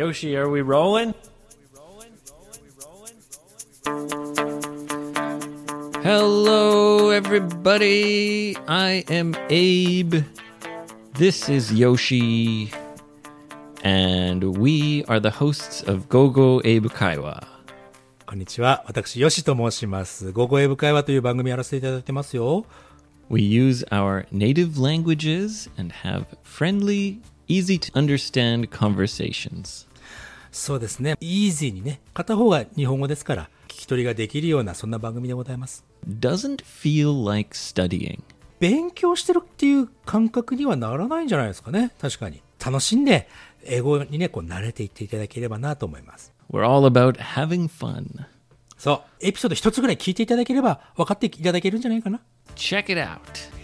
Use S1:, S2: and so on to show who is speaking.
S1: Yoshi, are we rolling?
S2: Hello, everybody. I am Abe. This is Yoshi. And we are the hosts of GoGo Abe Kaiwa.
S3: こんにちは。私、よしと申します。午後英語会話という番組やらせていただいてますよ。
S2: We use our native languages and have friendly, easy to understand conversations.
S3: そうですね。イージーにね、片方が日本語ですから、聞き取りができるような、そんな番組でございます。
S2: Doesn't feel like studying.
S3: 勉強してるっていう感覚にはならないんじゃないですかね。確かに。楽しんで、英語にね、こう慣れていっていただければなと思います。
S2: We're all about having fun.
S3: そう。エピソード一つぐらい聞いていただければ、分かっていただけるんじゃないかな。
S2: Check it out.